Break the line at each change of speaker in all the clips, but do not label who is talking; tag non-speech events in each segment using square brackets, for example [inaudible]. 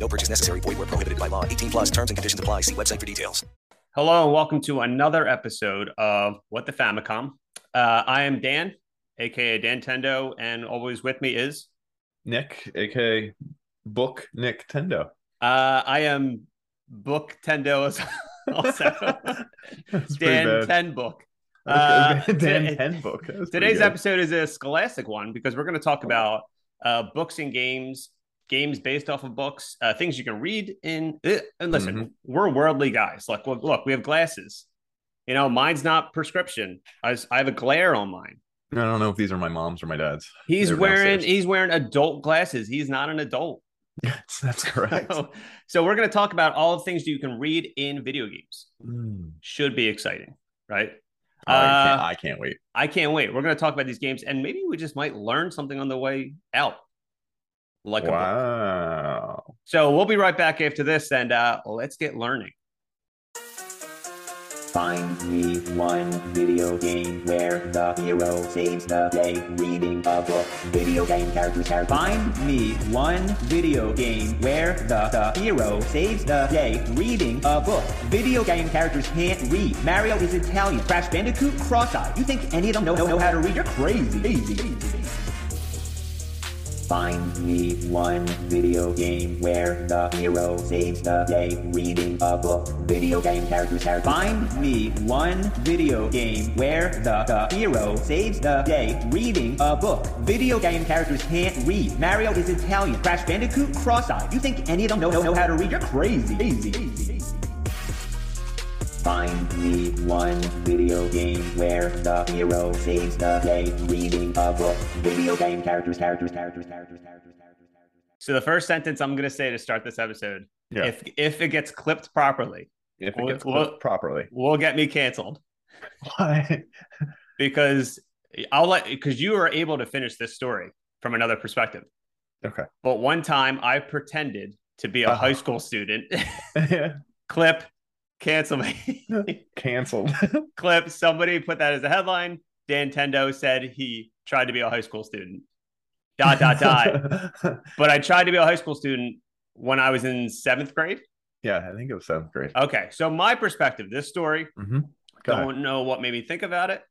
No purchase necessary. Void where prohibited by law. 18 plus terms and conditions apply. See website for details.
Hello and welcome to another episode of What the Famicom. Uh, I am Dan, aka Dan Tendo, and always with me is
Nick, aka Book Nick Tendo.
uh, I am Book Tendo as- [laughs]
[laughs]
also
That's pretty
Dan
bad.
Ten Book.
That was
Uh,
good. [laughs] Dan
today-
Ten book. That was pretty
Today's
good.
episode is a scholastic one because we're going to talk about uh, books and games, games based off of books, uh, things you can read in. eh, And listen,
Mm-hmm.
we're worldly guys. Look, look, look, we have glasses. You know, mine's not prescription. I, s- I have a glare on mine.
I don't know if these are my mom's or my dad's. [laughs]
He's
They were
wearing
downstairs.
he's wearing adult glasses. He's not an adult. [laughs]
Yes, that's correct.
so we're going to talk about all the things you can read in video games.
Mm.
Should be exciting, right?
I, Oh, can't,
Uh,
I can't wait.
I can't wait. We're going to talk about these games, and maybe we just might learn something on the way out. Like, a book.
Wow.
so we'll be right back after this, and uh, let's get learning.
Find me one video game where the hero saves the day reading a book. Video game characters are. Find me one video game where the, the hero saves the day reading a book. Video game characters can't read. Mario is Italian. Crash Bandicoot cross-eyed. You think any of them know, know how to read? You're crazy. crazy. Find me one video game where the hero saves the day reading a book. Video game characters are. Find me one video game where the, the hero saves the day reading a book. Video game characters can't read. Mario is Italian. Crash Bandicoot cross-eyed. You think any of them know, know how to read? You're crazy. Crazy. crazy. Find me one video game where the hero saves the day reading a book. Video game characters, characters, characters, characters, characters, characters, characters.
So the first sentence I'm going to say to start this episode,
Yeah. If,
if if it gets clipped properly,
it
Well,
gets
well-
cooked properly.
[laughs] will get me canceled
Why? [laughs]
because I'll let because you are able to finish this story from another perspective.
Okay.
But one time I pretended to be a
Uh-huh.
high school student. [laughs] Clip, cancel me. [laughs]
Canceled.
clip. Somebody put that as a headline. Dan Tendo said he tried to be a high school student. [laughs] Dot dot
[laughs]
dot. But I tried to be a high school student when I was in seventh grade.
yeah, I think it was seventh grade.
Okay, so my perspective, this story.
Mhm. Go ahead.
Don't know what made me think about it.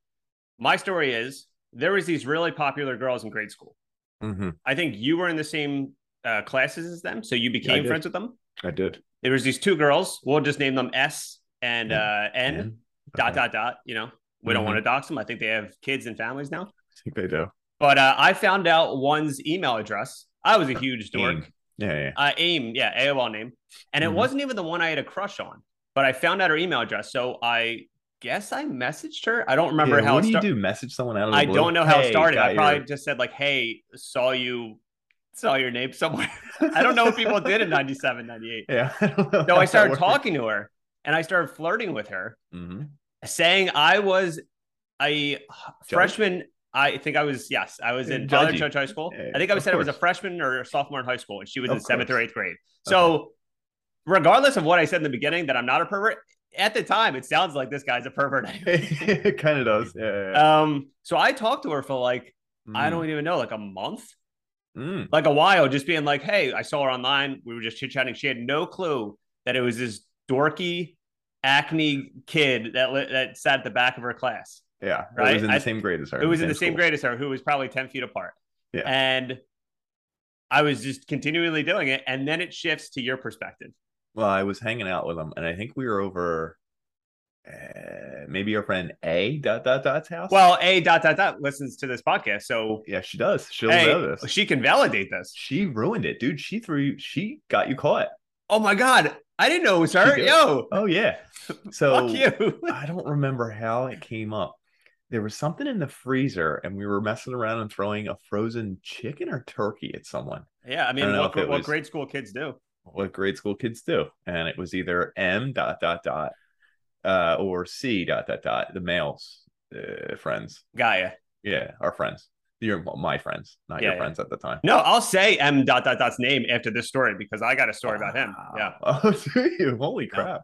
My story is there was these really popular girls in grade school.
Mhm.
I think you were in the same uh, classes as them, so you became
did.
friends with them.
I did.
There was these two girls. We'll just name them S and uh, N.
Yeah.
Dot
Okay.
dot dot. You know, we don't
Mhm.
want to dox them. I think they have kids and families now.
I think they do.
But uh, I found out one's email address. I was a huge dork.
Uh, AIM. Yeah, yeah.
Uh, AIM, yeah, AOL name. And
Mhm.
it wasn't even the one I had a crush on, but I found out her email address. So I guess I messaged her. I don't remember
Yeah,
how
what
it
do you
started.
do? Message someone out of the
I
blue?
don't know how
Hey,
it started.
got
I probably
your-
just said, like, hey, saw you, saw your name somewhere. I don't know what people did in 97, 98.
[laughs] Yeah. I don't know
So
how
I
that
started
works.
talking to her and I started flirting with her
Mhm.
saying I was a freshman. I think I was yes, I was in
Judgy.
Father Church High School.
Yeah,
I think I
of
said I was a
course.
freshman or a sophomore in high school, and she was
Of
in seventh or
course.
eighth grade. So, regardless of what I said in the beginning, that I'm not a pervert at the time, it sounds like this guy's a pervert.
[laughs] [laughs] it kind of does. Yeah. yeah, yeah.
um, so I talked to her for like I
Mm.
don't even know, like a month,
Mm.
like a while, just being like, "Hey, I saw her online. We were just chit chatting. She had no clue that it was this dorky acne kid that li- that sat at the back of her class."
Yeah. It
Right?
was in the
I-
same grade as her.
It was in the same
school.
grade as her, who was probably 10 feet apart.
Yeah.
And I was just continually doing it. And then it shifts to your perspective.
Well, I was hanging out with him, and I think we were over uh, maybe our friend A dot dot dot's house.
Well, A dot dot dot listens to this podcast. So
yeah, she does. She'll know
hey,
this.
she can validate this.
She ruined it, dude. She threw you, she got you caught.
Oh my God. I didn't know it was her.
did.
Yo,
Oh, yeah. So
fuck you. [laughs]
I don't remember how it came up. There was something in the freezer, and we were messing around and throwing a frozen chicken or turkey at someone.
yeah. I mean,
don't know
what,
if it
what
was-
grade school kids do.
What grade school kids do. And it was either M dot dot dot uh, or C dot dot dot the males uh, friends.
Gaia.
Yeah, our friends. You're my friends, not
Yeah,
your
yeah.
friends at the time.
No, I'll say M dot dot dot's name after this story because I got a story about him. Yeah.
Wow. [laughs] Oh, do you? Holy crap.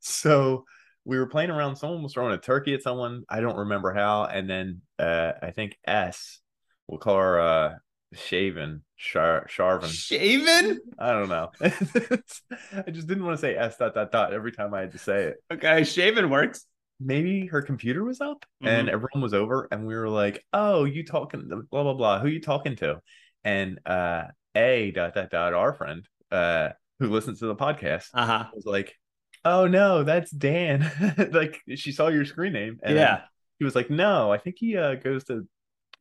So we were playing around. Someone was throwing a turkey at someone. I don't remember how. And then uh, I think S, we'll call her uh, Shaven, Char- Sharvin.
Shaven?
I don't know. [laughs] I just didn't want to say S dot dot dot every time I had to say it.
Okay, Shaven works.
Maybe her computer was up
Mm-hmm.
and everyone was over, and we were like, "Oh, you talking to blah blah blah? Who you talking to?" And uh, A dot dot dot our friend uh, who listens to the podcast
Uh huh.
was like, "Oh no, that's Dan." [laughs] like she saw your screen name, and
Yeah.
he was like, "No, I think he uh, goes to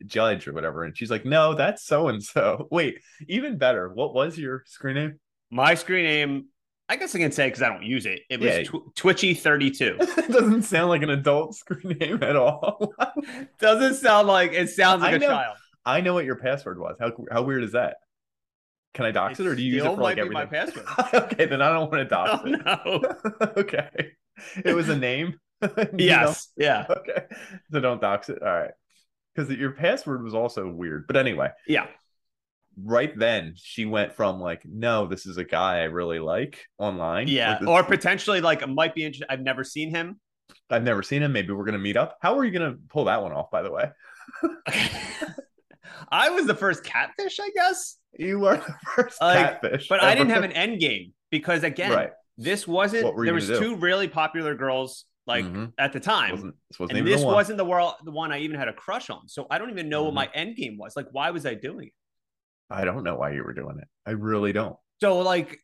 judge or whatever." And she's like, "No, that's so and so." [laughs] Wait, even better. What was your screen name? [laughs]
My screen name, I guess I can say because I don't use it. It was
Yeah.
tw- Twitchy32.
it doesn't sound like an adult [laughs] screen name at all.
[laughs]
[laughs]
Doesn't sound like it sounds
I
like a
know.
child.
I know what your password was. How how weird is that? Can I dox
It
it, or do you use it
still
for like
might be
everything?
my
[laughs] okay, then I don't want to dox
[laughs] Oh,
it.
no.
[laughs] okay, it was a name. [laughs] You know?
Yes. Yeah.
[laughs] okay. So don't dox it. All right. Because your password was also weird. But anyway,
Yeah.
right then she went from like, no, this is a guy I really like online.
Yeah.
Like, this-
Or potentially like it might be interesting. I've never seen him.
I've never seen him. Maybe we're going to meet up. How are you going to pull that one off, by the way?
[laughs] I was the first catfish, I guess.
You are the [laughs] first
Like,
catfish.
But I didn't have an
ever.
end game because again,
Right.
this wasn't
What were you
there was
gonna do?
two really popular girls like
Mhm.
at the time.
Wasn't, this wasn't
and
even
this
the one.
wasn't the world the one I even had a crush on. So I don't even know
Mhm.
what my end game was. Like, why was I doing it?
I don't know why you were doing it. I really don't.
So like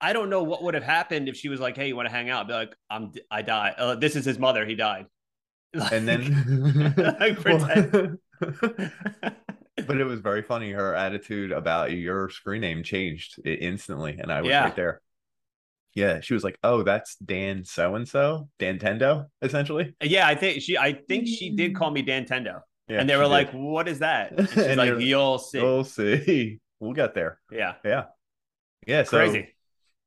I don't know what would have happened if she was like, "Hey, you want to hang out?" I'd be like, "I'm, I died. Uh, this is his mother. He died." [laughs] Like-
And then,
[laughs]
[laughs]
Like,
Well- [laughs] but it was very funny. Her attitude about your screen name changed i- instantly, and I was
Yeah.
right there. Yeah, she was like, "Oh, that's Dan so and so, Dantendo, essentially."
[laughs] yeah, I think she, I think she did call me Dantendo,
Yeah,
and they
she
were
did.
like, "What is that?" And she's
[laughs] And
like,
you're-
"You'll
Oh.
see."
"We'll see. [laughs] We'll get there."
yeah,
Yeah, so
crazy.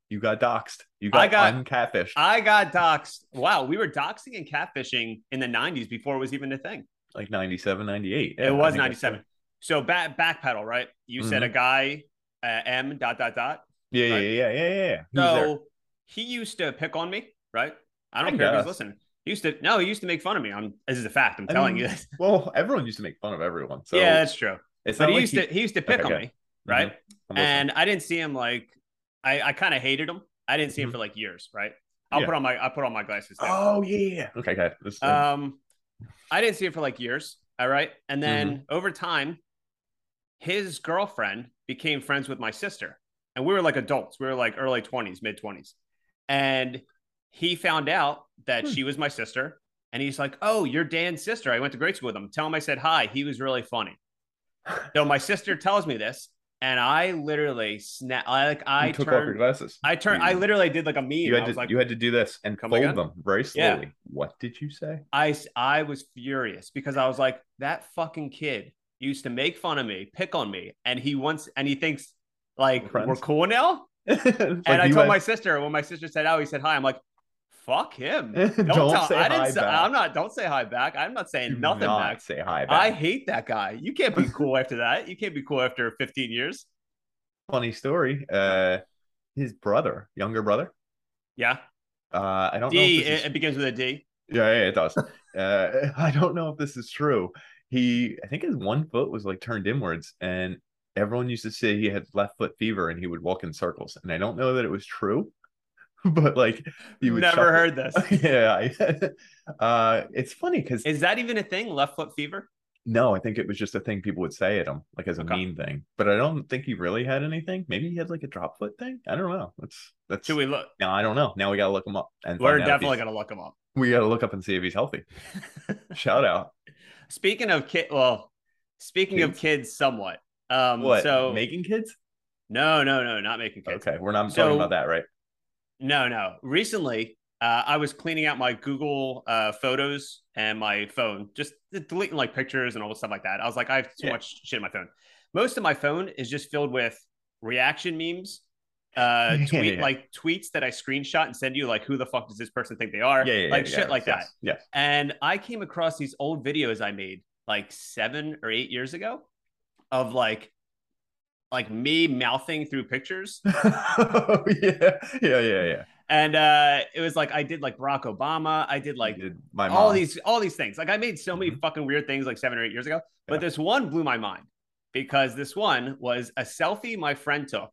you got doxxed. You got,
I
uncatfished.
I got doxxed. Wow, we were doxing and catfishing in the '90s before it was even a thing.
like 97, 98.
it
Yeah, I
was
think that's- Mm-hmm.
'97. So back backpedal, right? You said a guy uh, M dot dot dot.
Yeah, yeah,
Right.
yeah, yeah, yeah. yeah. He was there.
So he used to pick on me, right? I don't
I
care if
guess.
he's listening. He used to no, he used to make fun of me. I'm this is a fact. I'm
I
telling
mean,
you [laughs] this.
well, everyone used to make fun of everyone. So
yeah, that's true.
it's
But
not
he
like
used
he-
to he used to pick
Okay, Mm-hmm.
on
good.
me, right?
I'm listening.
And I didn't see him like I, I kind of hated him. I didn't see him
Mhm.
for like years, right? I'll
Yeah.
put on my I put on my glasses. now.
Oh yeah. Okay, good. This, uh,
Um, I didn't see it for like years. All right. And then
Mm-hmm.
over time, his girlfriend became friends with my sister. And we were like adults. We were like early 20s, mid 20s. And he found out that
Hmm.
she was my sister. And he's like, Oh, you're Dan's sister. I went to grade school with him. Tell him I said hi. He was really
[laughs]
funny. so my sister tells me this. And I literally snap. I like, Uh, I
you took off your
turned,
glasses.
I turned, I
You-
literally did like a meme.
You
I
had to
was like,
you had to do this and
Come
fold
again?
them very
Yeah.
slowly. What did you say? [laughs]
I s- I was furious because I was like, that fucking kid used to make fun of me, pick on me, and he wants and he thinks like
Friends.
we're cool now.
Like,
and I
you
told my
went,
sister when my sister said, "Oh, he said hi," I'm like, "Fuck him." Don't,
[laughs] [laughs] Don't
tell,
say
I didn't
hi
say,
back.
I'm not. Don't say hi back. I'm not saying
"Do
nothing
not
back.
Say hi
I
back.
hate that guy. You can't be cool after that. You can't be cool after 15 years.
Funny story. Uh, his brother, younger brother.
Yeah.
Uh, I don't know.
D.
if this
It,
is-
it begins with a D.
yeah, yeah, it does. [laughs] uh, I don't know if this is true. He, I think his one foot was like turned inwards, and everyone used to say he had left foot fever, and he would walk in circles. And I don't know that it was true, [laughs] but like he would
Never
shuffle.
heard this.
[laughs] yeah, I- uh, it's funny because
Is that even a thing? Left foot fever?
no, I think it was just a thing people would say at him, like as a
Okay.
mean thing. But I don't think he really had anything. Maybe he had like a drop foot thing. I don't know. That's that's.
Should we look?
No, I don't know. Now we gotta look him up, and
We're
find out if
definitely
he's-
gonna look him up.
we gotta look up and see if
[laughs]
he's healthy. Shout out.
Speaking of kid, well, speaking of kids, somewhat. Um,
What?
So
making kids?
no, no, no, not making kids.
Okay, we're not
So-
talking about that, right?
No, no. Recently, uh, I was cleaning out my Google uh, Photos and my phone, just deleting like pictures and all stuff like that. I was like, I have too
Yeah.
much shit in my phone. Most of my phone is just filled with reaction memes uh,
[laughs] Yeah,
tweet
yeah.
like tweets that I screenshot and send you, like who the fuck does this person think they are?
Yeah, yeah,
like
yeah, [laughs]
shit like that.
yes, Yes.
And I came across these old videos I made like seven or eight years ago of like like me mouthing through pictures.
oh, yeah, yeah, yeah, yeah.
And uh it was like I did like Barack Obama, I did like
Did my mom.
all
[laughs]
these all these things. Like I made so many
Mhm.
fucking weird things like seven or eight years ago. But
Yeah.
this one blew my mind because this one was a selfie my friend took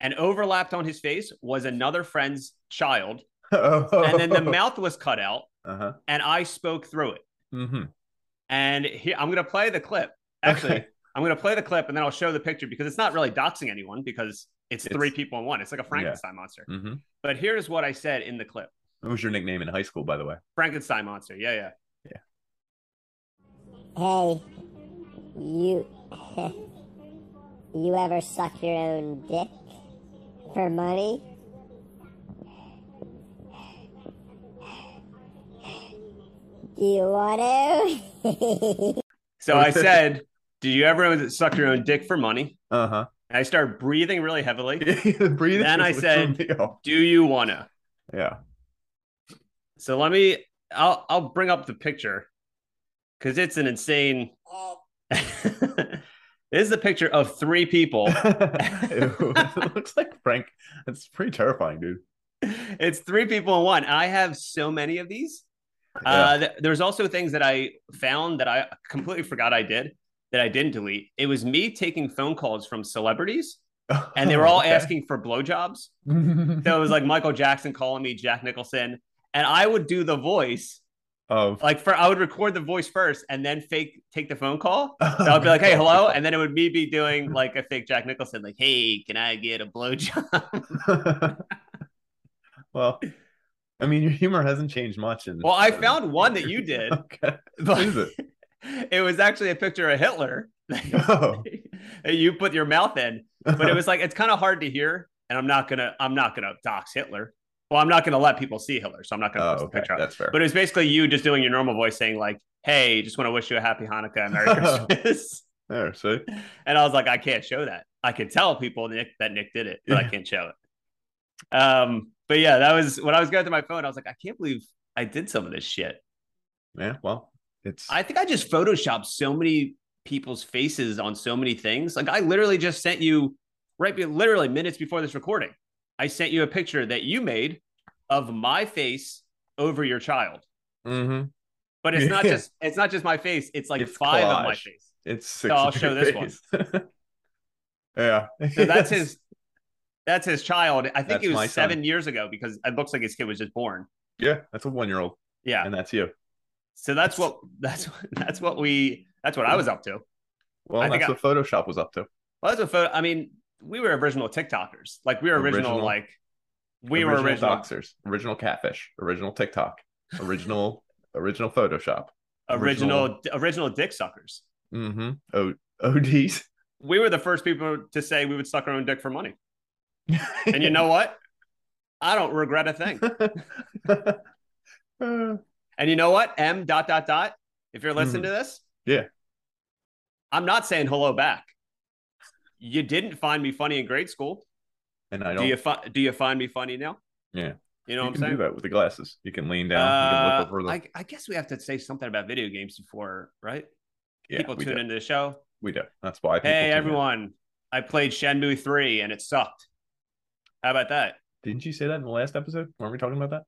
and overlapped on his face was another friend's child. And
[laughs]
then the mouth was cut out
Oh. Uh-huh.
and I spoke through it.
Mm-hmm.
And here I'm gonna play the clip. Actually, I'm gonna play the clip and then I'll show the picture because it's not really doxing anyone because it's,
It's-
three people in one. It's like a Frankenstein monster.
Mm-hmm.
But here's what I said in the clip.
What was your nickname in high school, by the way?
Frankenstein monster. Yeah, yeah.
Hey, you. [laughs] you ever suck your own dick for money? Do you want [laughs] to?
So I said, "Do you ever suck your own dick for money?"
Uh-huh.
And I started breathing really
[laughs]
heavily.
The breathing
Then I
was
said-
real.
Do you wanna? [laughs]
Yeah.
So let me. I'll I'll bring up the picture because it's an insane. [laughs] this is the picture of three people.
[laughs] Ew, it looks like Frank. That's pretty terrifying, dude.
it's three people in one. I have so many of these. Uh, th- there's also things that I found that I completely forgot I did that I didn't delete. It was me taking phone calls from celebrities,
Yeah.
[laughs] and
[laughs]
they were all
Okay.
asking for
[laughs]
blowjobs. So it was like Michael Jackson calling me Jack Nicholson, and I would do the voice.
of
Like for I would record the voice first, and then fake take the phone call. So I'd be like, "Hey, hello," and then it would me be doing like a fake Jack Nicholson, like, "Hey, can I get a blowjob?"
[laughs] well, I mean, your humor hasn't changed much. In,
Well, I found one that
[laughs]
you did.
Okay.
[laughs] But
is it?
it was actually a picture of Hitler [laughs]
Oh.
that you put your mouth in, but it was like it's kind of hard to hear, and I'm not gonna I'm not gonna dox Hitler. Well, I'm not gonna let people see Hitler, so I'm not gonna
[laughs] Oh,
post the
okay.
picture. Out.
That's fair.
But it was basically you just doing your normal voice, saying like, "Hey, just want to wish you a happy Hanukkah and
[laughs]
Merry Christmas."
there, see?
and I was like, "I can't show that. I can tell people Nick that Nick did it, but I
Yeah.
can't show it." Um, but yeah, that was when I was going through my phone. I was like, "I can't believe I did some of this shit."
Yeah, well, it's
I think I just photoshopped so many people's faces on so many things. Like I literally just sent you right be- literally minutes before this recording. I sent you a picture that you made of my face over your child.
Mhm.
But it's not
[laughs] Yeah.
just it's not just my face, it's like
It's
five of my
collage.
face.
it's six.
I'll
of
show
your
this one.
face. [laughs] yeah.
So that's his that's his child. I think
That's
it
my
was
son.
seven years ago because it looks like his kid was just born.
[laughs] Yeah, that's a one year old.
Yeah.
And that's you.
So that's what [laughs] that's what that's what we that's what I was up to.
Well,
I think
that's
I-
what Photoshop was up to.
Well, that's a photo. I mean, we were original TikTokers. Like we were original,
Original.
like we were original,
Doxers, original Catfish, original TikTok, original [laughs] original Photoshop.
original, original dick suckers.
Mm-hmm. O- ODs.
We were the first people to say we would suck our own dick for money. And you
[laughs]
know what? I don't regret a thing.
Uh,
and you know what? M dot dot dot. If you're listening to this,
Mm-hmm. Yeah.
I'm not saying hello back. You didn't find me funny in grade school.
and I don't.
Do you fi- do you find me funny now?
Yeah.
You know
you
what I'm
can
saying?
do that with the glasses. You can lean down. you
Uh,
can look over the.
I, I guess we have to say something about video games before, right?
yeah,
People
we
tune
do.
into the show.
We do. That's why. people tune
hey,
in.
everyone. I played Shenmue 3 and it sucked. How about that?
Didn't you say that in the last episode? Weren't we talking about that?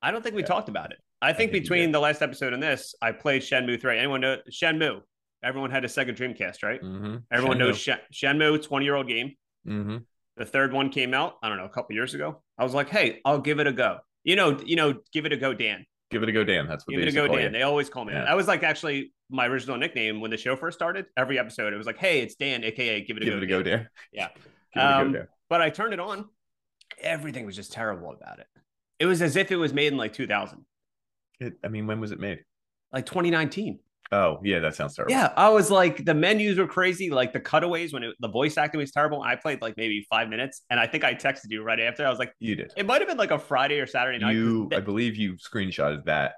I don't think we
Yeah.
talked about it. I think
think you
between
did.
the last episode and this, I played Shenmue 3. Anyone know Shenmue? Everyone had a second Dreamcast, right?
Mm-hmm.
Everyone knows Shen- Shenmue, 20 year old game.
Mm-hmm.
The third one came out, I don't know, a couple years ago. I was like, hey, I'll give it a go. You know, you know, give it a go, Dan.
Give it a go, Dan. That's what
Give it a
they used to
go,
call
Dan.
you.
They always call me
oh, Yeah.
that. That was like actually my original nickname when the show first started. Every episode, it was like, hey, it's Dan, aka give it a
Give
go.
it a go,
Dan.
Dan.
Yeah.
Give it a go,
Um,
Dan.
But I turned it on. Everything was just terrible about it. It was as if it was made in like 2000,
It- I mean, when was it made?
like 2019.
Oh, yeah, that sounds terrible.
Yeah, I was like, the menus were crazy. Like the cutaways when it, the voice acting was terrible. I played like maybe five minutes, and I think I texted you right after. I was like,
you did.
it might have been like a Friday or Saturday night. 'cause
you, I
th-
believe you screenshotted that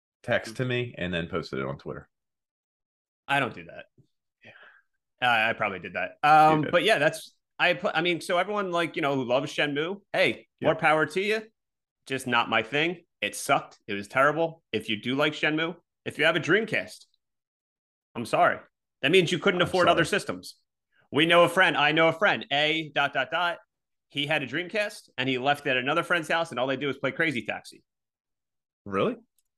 Mm.
text to me and then posted it on Twitter.
I don't do that. Yeah, I, I probably did that. Um,
did.
but yeah, that's I put, I mean, so everyone like you know who loves Shenmue, hey, more
Yeah.
power to you. Just not my thing. It sucked. It was terrible. If you do like Shenmue, if you have a Dreamcast, I'm sorry. That means you couldn't
I'm
afford other
sorry.
systems. We know a friend. I know a friend. A dot dot dot. He had a Dreamcast and he left at another friend's house, and all they do is play Crazy Taxi.
Really?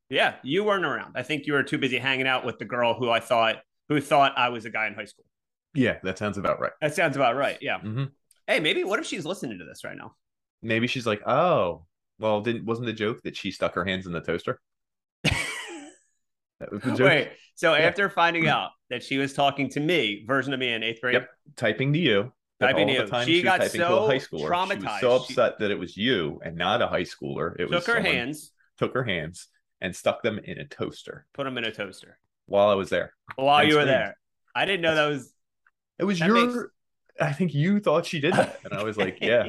Yeah, you weren't around. I think you were too busy hanging out with the girl who I thought who thought I was a guy in high school.
Yeah, that sounds about right.
That sounds about right. Yeah.
hmm
Hey, maybe what if she's listening to this right [laughs] now?
Maybe she's like, oh, well, didn't wasn't the joke that she stuck her hands in the toaster? That was
[laughs]
the joke.
Wait. So
Yeah.
after finding out that she was talking to me, version of me in eighth grade,
Yep. Typing to you. that
Typing
all
to
the
you.
time
She
was
got
typing
so
to a high schooler. She was so
traumatized. She-
upset that it was you and not a high schooler. It was
took her
someone
hands,
took her hands and stuck them in a toaster
put them in a toaster
while I was there.
while
And
you were
screamed.
there. I didn't know that [laughs] was.
It was
That
your.
makes-
I think you thought she did that, and
[laughs]
I was like, "Yeah,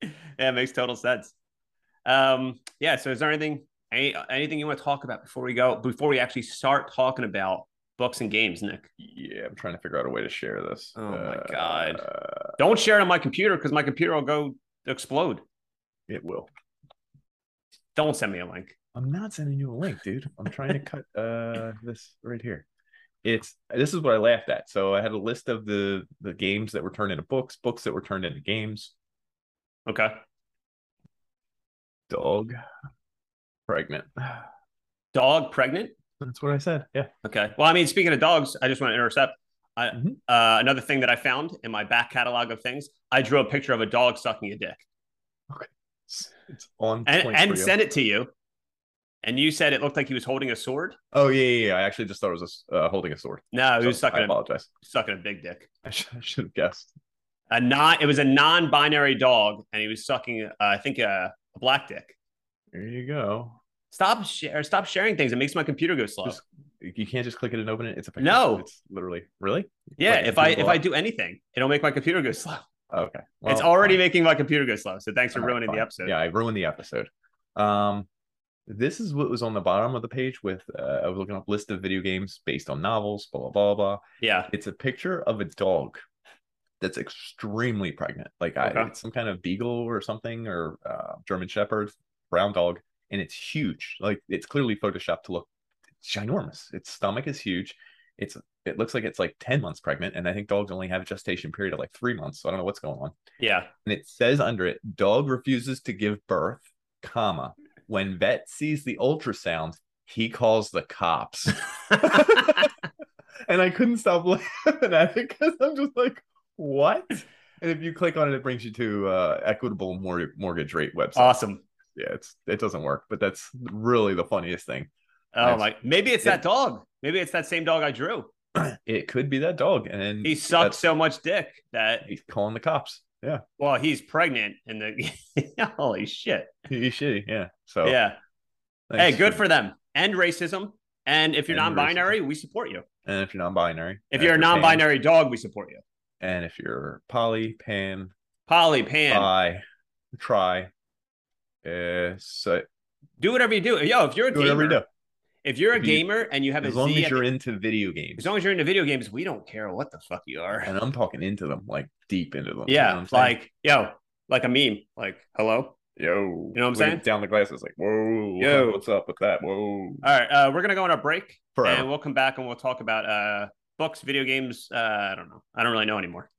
Yeah, it makes total sense. Um, yeah. So is there anything, any, anything you want to talk about before we go, before we actually start talking about books and games, Nick?
yeah." I'm trying to figure out a way to share this.
Oh my God.
Uh,
Don't share it on my computer because my computer will go explode.
It will.
Don't send me a link.
I'm not sending you a link, dude. I'm trying to cut
[laughs]
uh this right here. It's this is what I laughed at. So I had a list of the the games that were turned into books, books that were turned into games.
Okay.
Dog, pregnant. [sighs]
Dog pregnant.
That's what I said. Yeah.
Okay. Well, I mean, speaking of dogs, I just want to intercept. I,
Mhm.
uh, another thing that I found in my back catalog of things, I drew a picture of a dog sucking a dick
It's, it's on
and,
point for
and
you.
sent it to you. And you said it looked like he was holding a sword.
Oh yeah, yeah, yeah. I actually just thought it was a s- uh, holding a sword.
No, he was
So I
sucking a,
apologize. [laughs]
sucking a big dick.
I should, I should have guessed.
A non, it was a non-binary dog, and he was sucking, uh, I think, uh, a black dick.
There you go.
Stop share, stop sharing things. It makes my computer go slow.
Just- You can't just click it and open it. It's a picture.
No.
It's literally really
yeah,
like,
if I
Google
if I
up.
do anything, it'll make my computer go
[laughs]
slow.
okay.
it's
well,
already
Oh, fine.
making my computer go slow. So thanks for
All right,
ruining
fine.
the episode.
Yeah, I ruined the episode. Um, this is what was on the bottom of the page with uh, I was looking up list of video games based on novels, blah blah blah blah.
yeah.
It's a picture of a dog that's extremely pregnant, like I,
Okay.
it's some kind of beagle or something or uh, German shepherd, brown dog, and it's huge. Like it's clearly photoshopped to look ginormous. Its stomach is huge. It's it looks like it's like ten months pregnant, and I think dogs only have a gestation period of like three months. So I don't know what's going on
Yeah.
and it says under it dog refuses to give birth comma when vet sees the ultrasound he calls the
[laughs]
cops [laughs] and i couldn't stop laughing at it because i'm just like what and if you click on it it brings you to uh, equitable mor- mortgage rate website
Awesome.
yeah it's it doesn't work but that's really the funniest thing [clears throat]
Oh
Nice.
my! Maybe it's
Yeah.
that dog. Maybe it's that same dog I drew.
it could be that dog and
He sucked so much dick that
that's- he's calling the cops yeah
well, he's pregnant and the [laughs] holy shit.
he's shitty yeah so
yeah. Hey,
Oh, thanks
good for them. End racism. And if you're
End
non-binary, we support you.
and if you're non-binary
If
and
you're a
pan,
non-binary dog, we support you.
and if you're poly pan
Polly, pan,
I try. Uh, so
do whatever you do. Yo, if you're a
do whatever you do.
gamer, if you're a
If you-
gamer and you have
As
a
long
Z
as
at
you're
the-
into video games.
as long as you're into video games, we don't care what the fuck you are.
and I'm talking into them, like deep into them. you know what
yeah,
I'm saying?
like yo, like a meme. Like hello.
yo.
you know what I'm
Like,
saying?
Down the glasses, like, whoa,
Yo.
what's up with that? Whoa.
All right, uh, we're gonna go on a break.
Forever.
And we'll come back and we'll talk about uh, books, video games. Uh, I don't know. I don't really know anymore.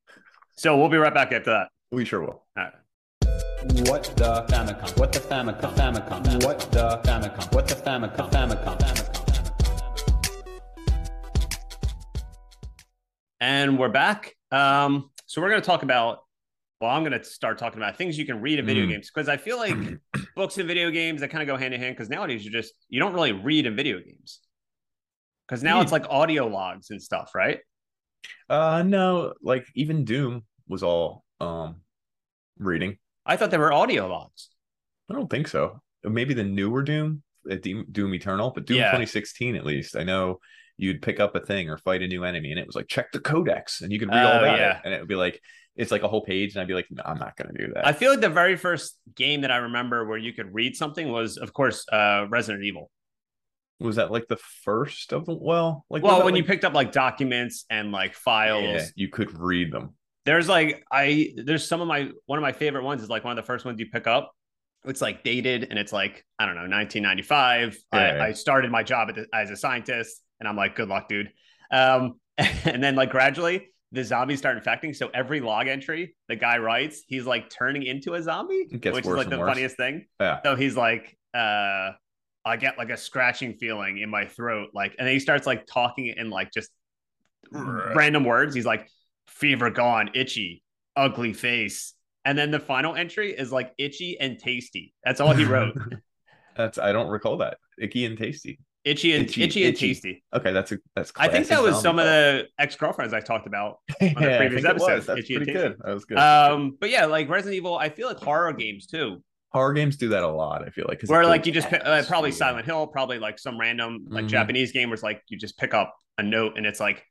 So we'll be right back after that.
we sure will.
All right.
What the Famicom? What the Famicom? Famicom. What the Famicom? What the Famicom? Famicom. Famicom.
And we're back. Um, so we're going to talk about, well, I'm going to start talking about things you can read in video
Mm.
games because I feel
[clears throat]
like books and video games that kind of go hand in hand because nowadays you just, you don't really read in video games because now
Hmm.
it's like audio logs and stuff, right?
Uh, no, like even Doom was all um reading.
I thought they were audio logs.
I don't think so. Maybe the newer Doom, uh, Doom Doom Eternal, but Doom
Yeah.
2016 at least. I know you'd pick up a thing or fight a new enemy, and it was like check the codex, and you could read all
Oh,
about it,
yeah.
and it would be like it's like a whole page, and I'd be like, no, I'm not gonna do that.
I feel like the very first game that I remember where you could read something was, of course, uh, Resident Evil.
was that like the first of the well, like what
well
about,
when you
like-
picked up like documents and like files
Yeah, you could read them.
There's like I there's some of my one of my favorite ones is like one of the first ones you pick up. It's like dated and it's like I don't know 1995.
Yeah, yeah.
I, I started my job at the, as a scientist and I'm like good luck, dude. Um, [laughs] and then like gradually the zombies start infecting. So every log entry the guy writes, he's like turning into a zombie,
It gets
which is
worse
like
and
the
worse.
funniest thing.
Yeah.
So he's like, uh, I get like a scratching feeling in my throat. Like, and then he starts like talking in like just random words. He's like, fever gone, itchy, ugly face. And then the final entry is like itchy and tasty. That's all he wrote.
That's I don't recall that. Icky and tasty.
itchy and
Itchy,
itchy, and
itchy.
tasty.
Okay, that's a that's.
I think that
classic
was some
zombie
of
talk.
the ex girlfriends I talked about.
[laughs] yeah,
the previous
I think it was.
episodes,
That's
Itchy and
pretty good. That was good.
Um, but yeah, like Resident Evil, I feel like horror games too,
Horror games do that a lot. I feel like 'cause it
where like
builds
you just pick, uh, probably
atmosphere.
Silent Hill, probably like some random like
Mhm.
Japanese game where it's like you just pick up a note and it's like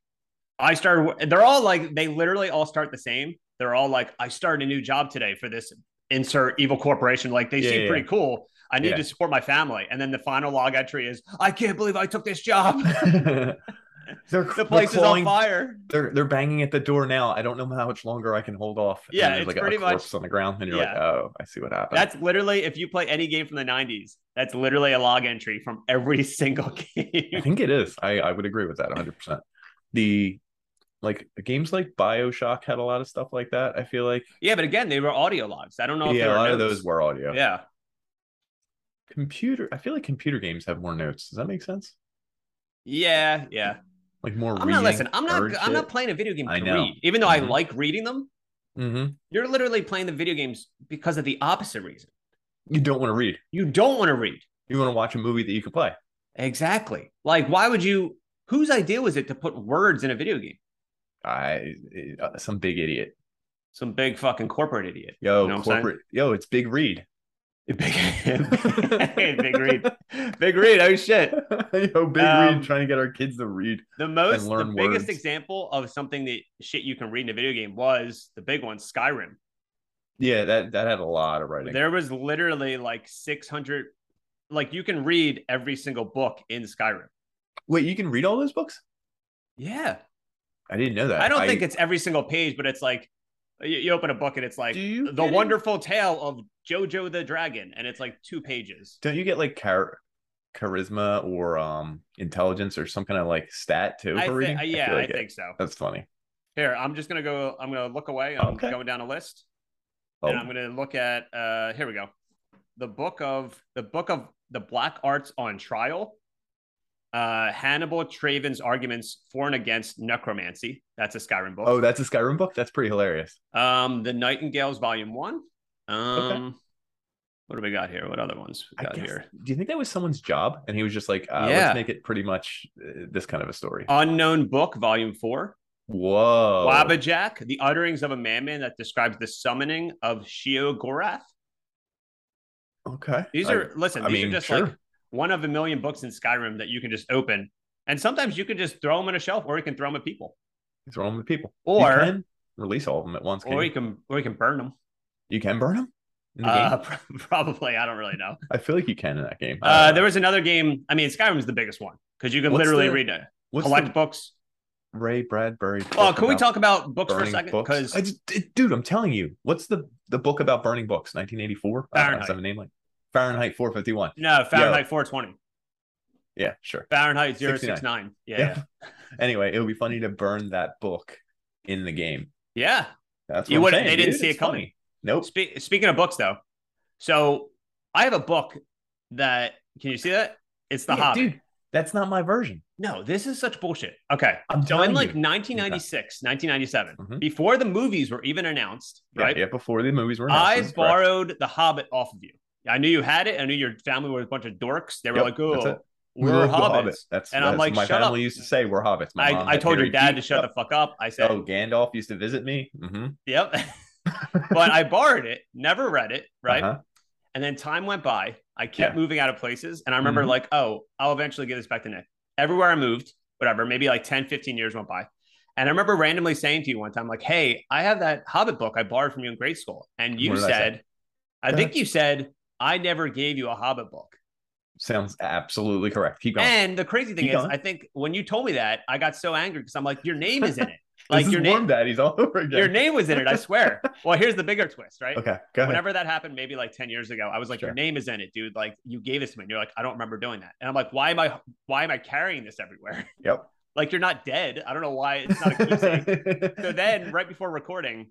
I started. They're all like they literally all start the same. They're all like I started a new job today for this insert evil corporation. Like they
Yeah,
seem
yeah,
pretty
yeah.
cool. I need
Yeah.
to support my family, and then the final log entry is I can't believe I took this job. [laughs]
[laughs] they're,
the
they're
place is
clawing-
on fire.
They're they're banging at the door now. I don't know how much longer I can hold off.
Yeah,
and then there's
it's
like
pretty
a
much-
corpse on the ground, and you're like,
Yeah.
oh, I see what happened.
That's literally if you play any game from the '90s, that's literally a log entry from every [laughs] single
I
game.
think it is. I, I would agree with that 100%. The like games like BioShock had a lot of stuff like that. I feel like
[laughs] yeah, but again, they were audio logs. I don't know if
yeah,
they
a
were
lot of
notes.
those were audio.
Yeah,
Computer I feel like computer games have more notes. Does that make sense?
yeah, yeah.
Like more
I'm not listening. I'm not. I'm not playing a video game to
I know.
read, even though I
Mhm.
like reading them.
hmm
You're literally playing the video games because of the opposite reason.
You don't want to read.
You don't want to read.
You want to watch a movie that you can play.
Exactly. Like, why would you? Whose idea was it to put words in a video game?
I uh, some big idiot.
Some big fucking corporate idiot.
Yo,
You know what I'm saying?
corporate. Yo, it's [laughs] Big Read.
Big, big read. Big read. Oh shit.
[laughs] Yo, Big
Um,
Read trying to get our kids to read.
The most, the
learn
biggest
words.
example of something that shit you can read in a video game was the big one, Skyrim.
Yeah, that that had a lot of writing.
There was literally like 600, like you can read every single book in Skyrim.
Wait, you can read all those books?
Yeah.
I didn't know that.
I don't think it's every single page, but it's like you, you open a book and it's like
Do you
the
get it?
wonderful tale of Jojo the dragon, and it's like two pages.
Don't you get like char- charisma or um intelligence or some kind of like stat too
I
for
thi-
reading? feel
yeah, I,
like it-
think so.
that's funny.
Here, I'm just gonna go. I'm gonna look away. I'm
Okay.
going down a list,
Oh,
and I'm gonna look at. uh Here we go. The book of the book of the Black Arts on Trial. Uh, Hannibal Traven's arguments for and against necromancy. That's a Skyrim book.
oh, that's a Skyrim book. That's pretty hilarious.
Um, the Nightingales, Volume One. Um, what do we got here? What other ones we
I
got
guess-
here?
Do you think that was someone's job? And he was just like, uh,
Yeah.
let's make it pretty much uh, this kind of a story.
Unknown Book, Volume Four.
Whoa,
Wabajack, The Utterings of a Madman that describes the summoning of Shio Gorath.
okay.
These
I-
are listen.
I
these
mean,
are just
sure.
like one of a million books in Skyrim that you can just open, and sometimes you can just throw them on a shelf, or you can throw them at people,
these are all the people. You
or
can release all of them at once. Can
or
you?
you can or you can burn them.
You can burn them. In the
Uh, [laughs]
game?
pro- probably, I don't really know.
I feel like you can in that game. I
Uh,
don't know.
there was another game. I mean, Skyrim's the biggest one because you can
What's
literally
the-
read it,
What's
collect
the
books.
Ray Bradbury.
Oh,
book
can we
about
talk about books for a
burning
second?
books?
Because
I just- d- dude, I'm telling you, what's the the book about burning books? 1984. I don't know,
Fahrenheit.
Some name like Fahrenheit 451.
no, Fahrenheit 420,
Yeah, sure.
Fahrenheit 069.
69.
Yeah, yeah.
[laughs] anyway, it would be funny to burn that book in the game.
yeah.
That's what
You
I'm
wouldn't-
saying,
they didn't
dude.
see
It's
it coming.
funny. Nope.
Spe- speaking of books, though, so I have a book that can you see that? It's the
Yeah,
Hobbit.
dude, that's not my version.
No, this is such bullshit. Okay,
I'm
so in
telling
like
you.
1996, 1997,
Mhm.
before the movies were even announced,
Yeah,
right?
yeah, before the movies were. announced,
I
that's correct.
borrowed the Hobbit off of you. I knew you had it. I knew your family were a bunch of dorks. They were
Yep,
like,
that's
"Oh,
it. We
we're
love the
hobbits."
That's
And
that's
I'm like,
my
shut
family
up.
used to say we're hobbits. My mom
I, I
had
told your
very
dad to
deep-
shut the fuck up. I said,
[laughs] Oh, Gandalf used to visit me. hmm
Yep. [laughs] but
[laughs]
I borrowed it, never read it, right?
Uh-huh.
And then time went by. I kept
Yeah.
moving out of places. And I remember,
Mhm.
like, oh, I'll eventually get this back to Nick. Everywhere I moved, whatever, maybe like 10, 15 years went by. And I remember randomly saying to you one time, like, hey, I have that Hobbit book I borrowed from you in grade school. And you
What did I say?
said, I,
Yeah.
think you said, I never gave you a Hobbit book.
Sounds absolutely correct. Keep going.
And the crazy thing
Keep
is,
going.
I think when you told me that, I got so angry because I'm like, your name is in it. Like
[laughs] this is
your
Warm
name,
Daddies all over again.
your name was in it. I swear.
[laughs]
well, here's the bigger twist, right?
Okay, go ahead.
Whenever that happened, maybe like ten years ago, I was like,
Sure.
"Your name is in it, dude." Like you gave this to me. And you're like, "I don't remember doing that," and I'm like, "Why am I? Why am I carrying this everywhere? [laughs]
Yep.
like you're not dead. I don't know why it's not a keepsake."
[laughs]
so then, right before recording,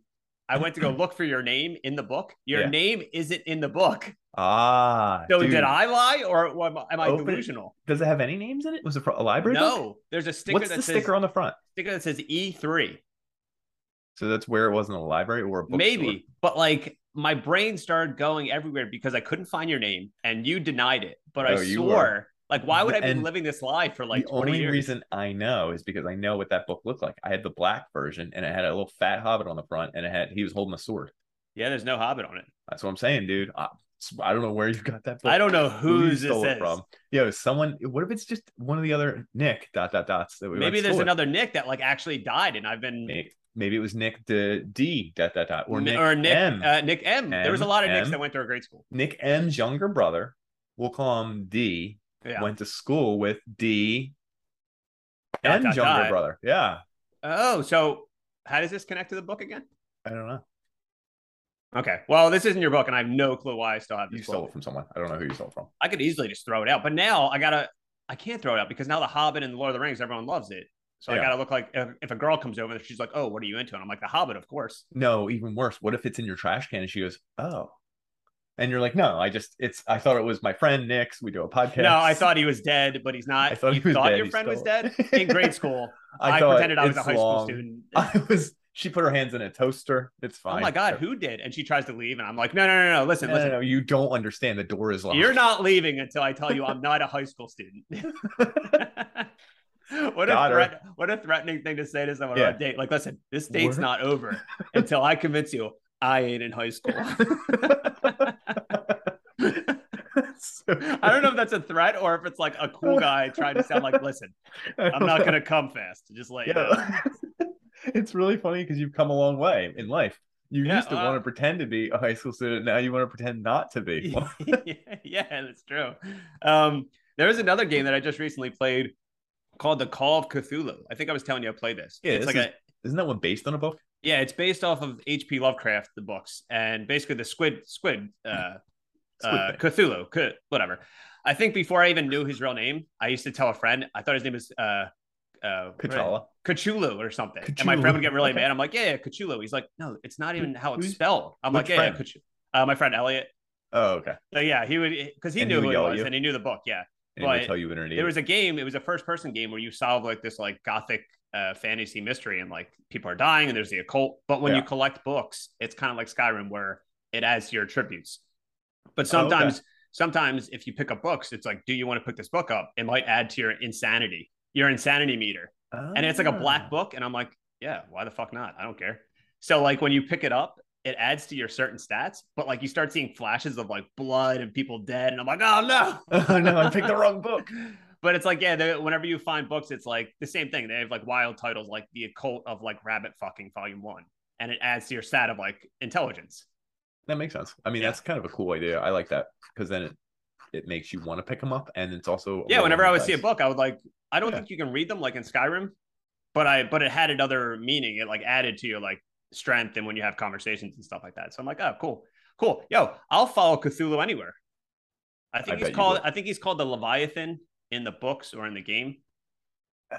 I went to go look for your name in the book. Your
Yeah.
name isn't in the book.
ah,
So
dude.
did I lie, or am I, am I
Open it.
delusional?
Does it have any names in it? Was it from a library? book?
No, there's a sticker
What's
that
the
says
sticker on the front?
sticker that says E E3.
So that's where it was in a library or a bookstore.
Maybe, but like my brain started going everywhere because I couldn't find your name and you denied it. But I
Oh, you were.
swore, like, why would I be
And
living this lie for like
the
20
only
years?
reason I know is because I know what that book looked like. I had the black version, and it had a little fat hobbit on the front, and it had he was holding a sword.
yeah, there's no Hobbit on it.
That's what I'm saying, dude. I, I don't know where you got that book.
I don't know
who you
who's this
stole
is.
it from. Yo, someone. What if it's just one of the other Nick dot dot dots that we went
Maybe
and
there's
stole it?
another Nick that like actually died, and I've been
Maybe, maybe it was Nick the D dot dot dot or
Mi-
Nick
or Nick
M.
Uh, Nick M. There was a
M,
lot of Nicks
M.
that went to our grade school.
Nick M's younger brother. We'll call him D.
Yeah.
Went to school with D.
Dot,
M's
dot,
younger
dot.
brother. Yeah.
Oh, so how does this connect to the book again?
I don't know.
Okay. Well, this isn't your book, and I have no clue why I still have this
You
book.
stole it from someone. I don't know who you stole it from.
I could easily just throw it out, but now I gotta. I can't throw it out because now the Hobbit and the Lord of the Rings, everyone loves it. So I
Yeah.
gotta look like if, if a girl comes over, she's like, "Oh, what are you into?" And I'm like, "The Hobbit, of course."
No, even worse. What if it's in your trash can and she goes, "Oh," and you're like, "No, I just it's. I thought it was my friend Nick's. We do a podcast."
No, I thought he was dead, but he's not.
I thought
you
he was
thought
dead,
your
he
friend was
stole it.
dead in grade
[laughs]
school. I,
thought
pretended I was a
it's
high
long.
school student.
[laughs] I was. She put her hands in a toaster. It's fine.
Oh my god, who did? And she tries to leave, and I'm like, "No, no, no, no! Listen,
No, no,
listen,
no, you don't understand. The door is locked.
You're
[laughs]
not leaving until I tell you I'm not a high school student. [laughs] what a
Got her.
threat, what a threatening thing to say to someone on
Yeah.
a date. Like, listen, this date's
We're-
not over until I convince you I ain't in high school. [laughs] [laughs] I don't know if that's a threat or if it's like a cool guy trying to sound like, listen, I'm not gonna come fast. Just like
Yeah. [laughs] it's really funny because you've come a long way in life. You
Yeah,
used to
uh,
want to pretend to be a high school student. Now you want to pretend not to be. Well,
[laughs] yeah, that's true. Um, there is another game that I just recently played called The Call of Cthulhu. I think I was telling you I played this.
Yeah,
it's
this
like
is-
a
Isn't that one based on a book?
yeah, it's based off of H.P. Lovecraft the books, and basically the squid squid uh,
Squid
uh,
thing.
Cthulhu, C- whatever. I think before I even knew his real name, I used to tell a friend I thought his name was uh, uh,
Kachala.
Cthulhu or something, and my
Cthulhu.
friend would get really
Okay.
mad. I'm like, yeah, yeah, Cthulhu. He's like, no, it's not even how it's
Who's-
spelled. I'm like,
which
yeah, yeah,
friend?
Cthulhu. Uh, my friend Elliot.
Oh, okay.
So yeah, he would because he
And he
knew
would
who he
yell at
was
you?
and he knew the book. Yeah,
And I
But
tell you what it
there
is.
was a game. It was a first-person game where you solve like this like gothic uh, fantasy mystery, and like people are dying, and there's the occult. But when you
Yeah.
collect books, it's kind of like Skyrim, where it adds your attributes. But sometimes, sometimes if you pick up books, it's like, do you want to pick this book up? It might add to your insanity, your insanity meter and it's like a
Ah.
black book and i'm like yeah why the fuck not i don't care so like when you pick it up it adds to your certain stats but like you start seeing flashes of like blood and people dead and i'm like oh no
[laughs] oh no, I picked the wrong book.
but it's like yeah they, whenever you find books it's like the same thing they have like wild titles like the occult of like rabbit fucking volume one and it adds to your stat of like intelligence
That makes sense. I mean,
Yeah.
that's kind of a cool idea. I like that because then it, it makes you want to pick them up, and it's also a
yeah
roll
whenever
on
i
the
would see a
dice.
book i would like i don't
Oh, Yeah.
think you can read them like in skyrim but i but it had another meaning it like added to your like strength and when you have conversations and stuff like that so i'm like oh cool cool yo i'll follow cthulhu anywhere i think
I bet
he's
you
called
would.
i think he's called the leviathan in the books or in the game
Uh,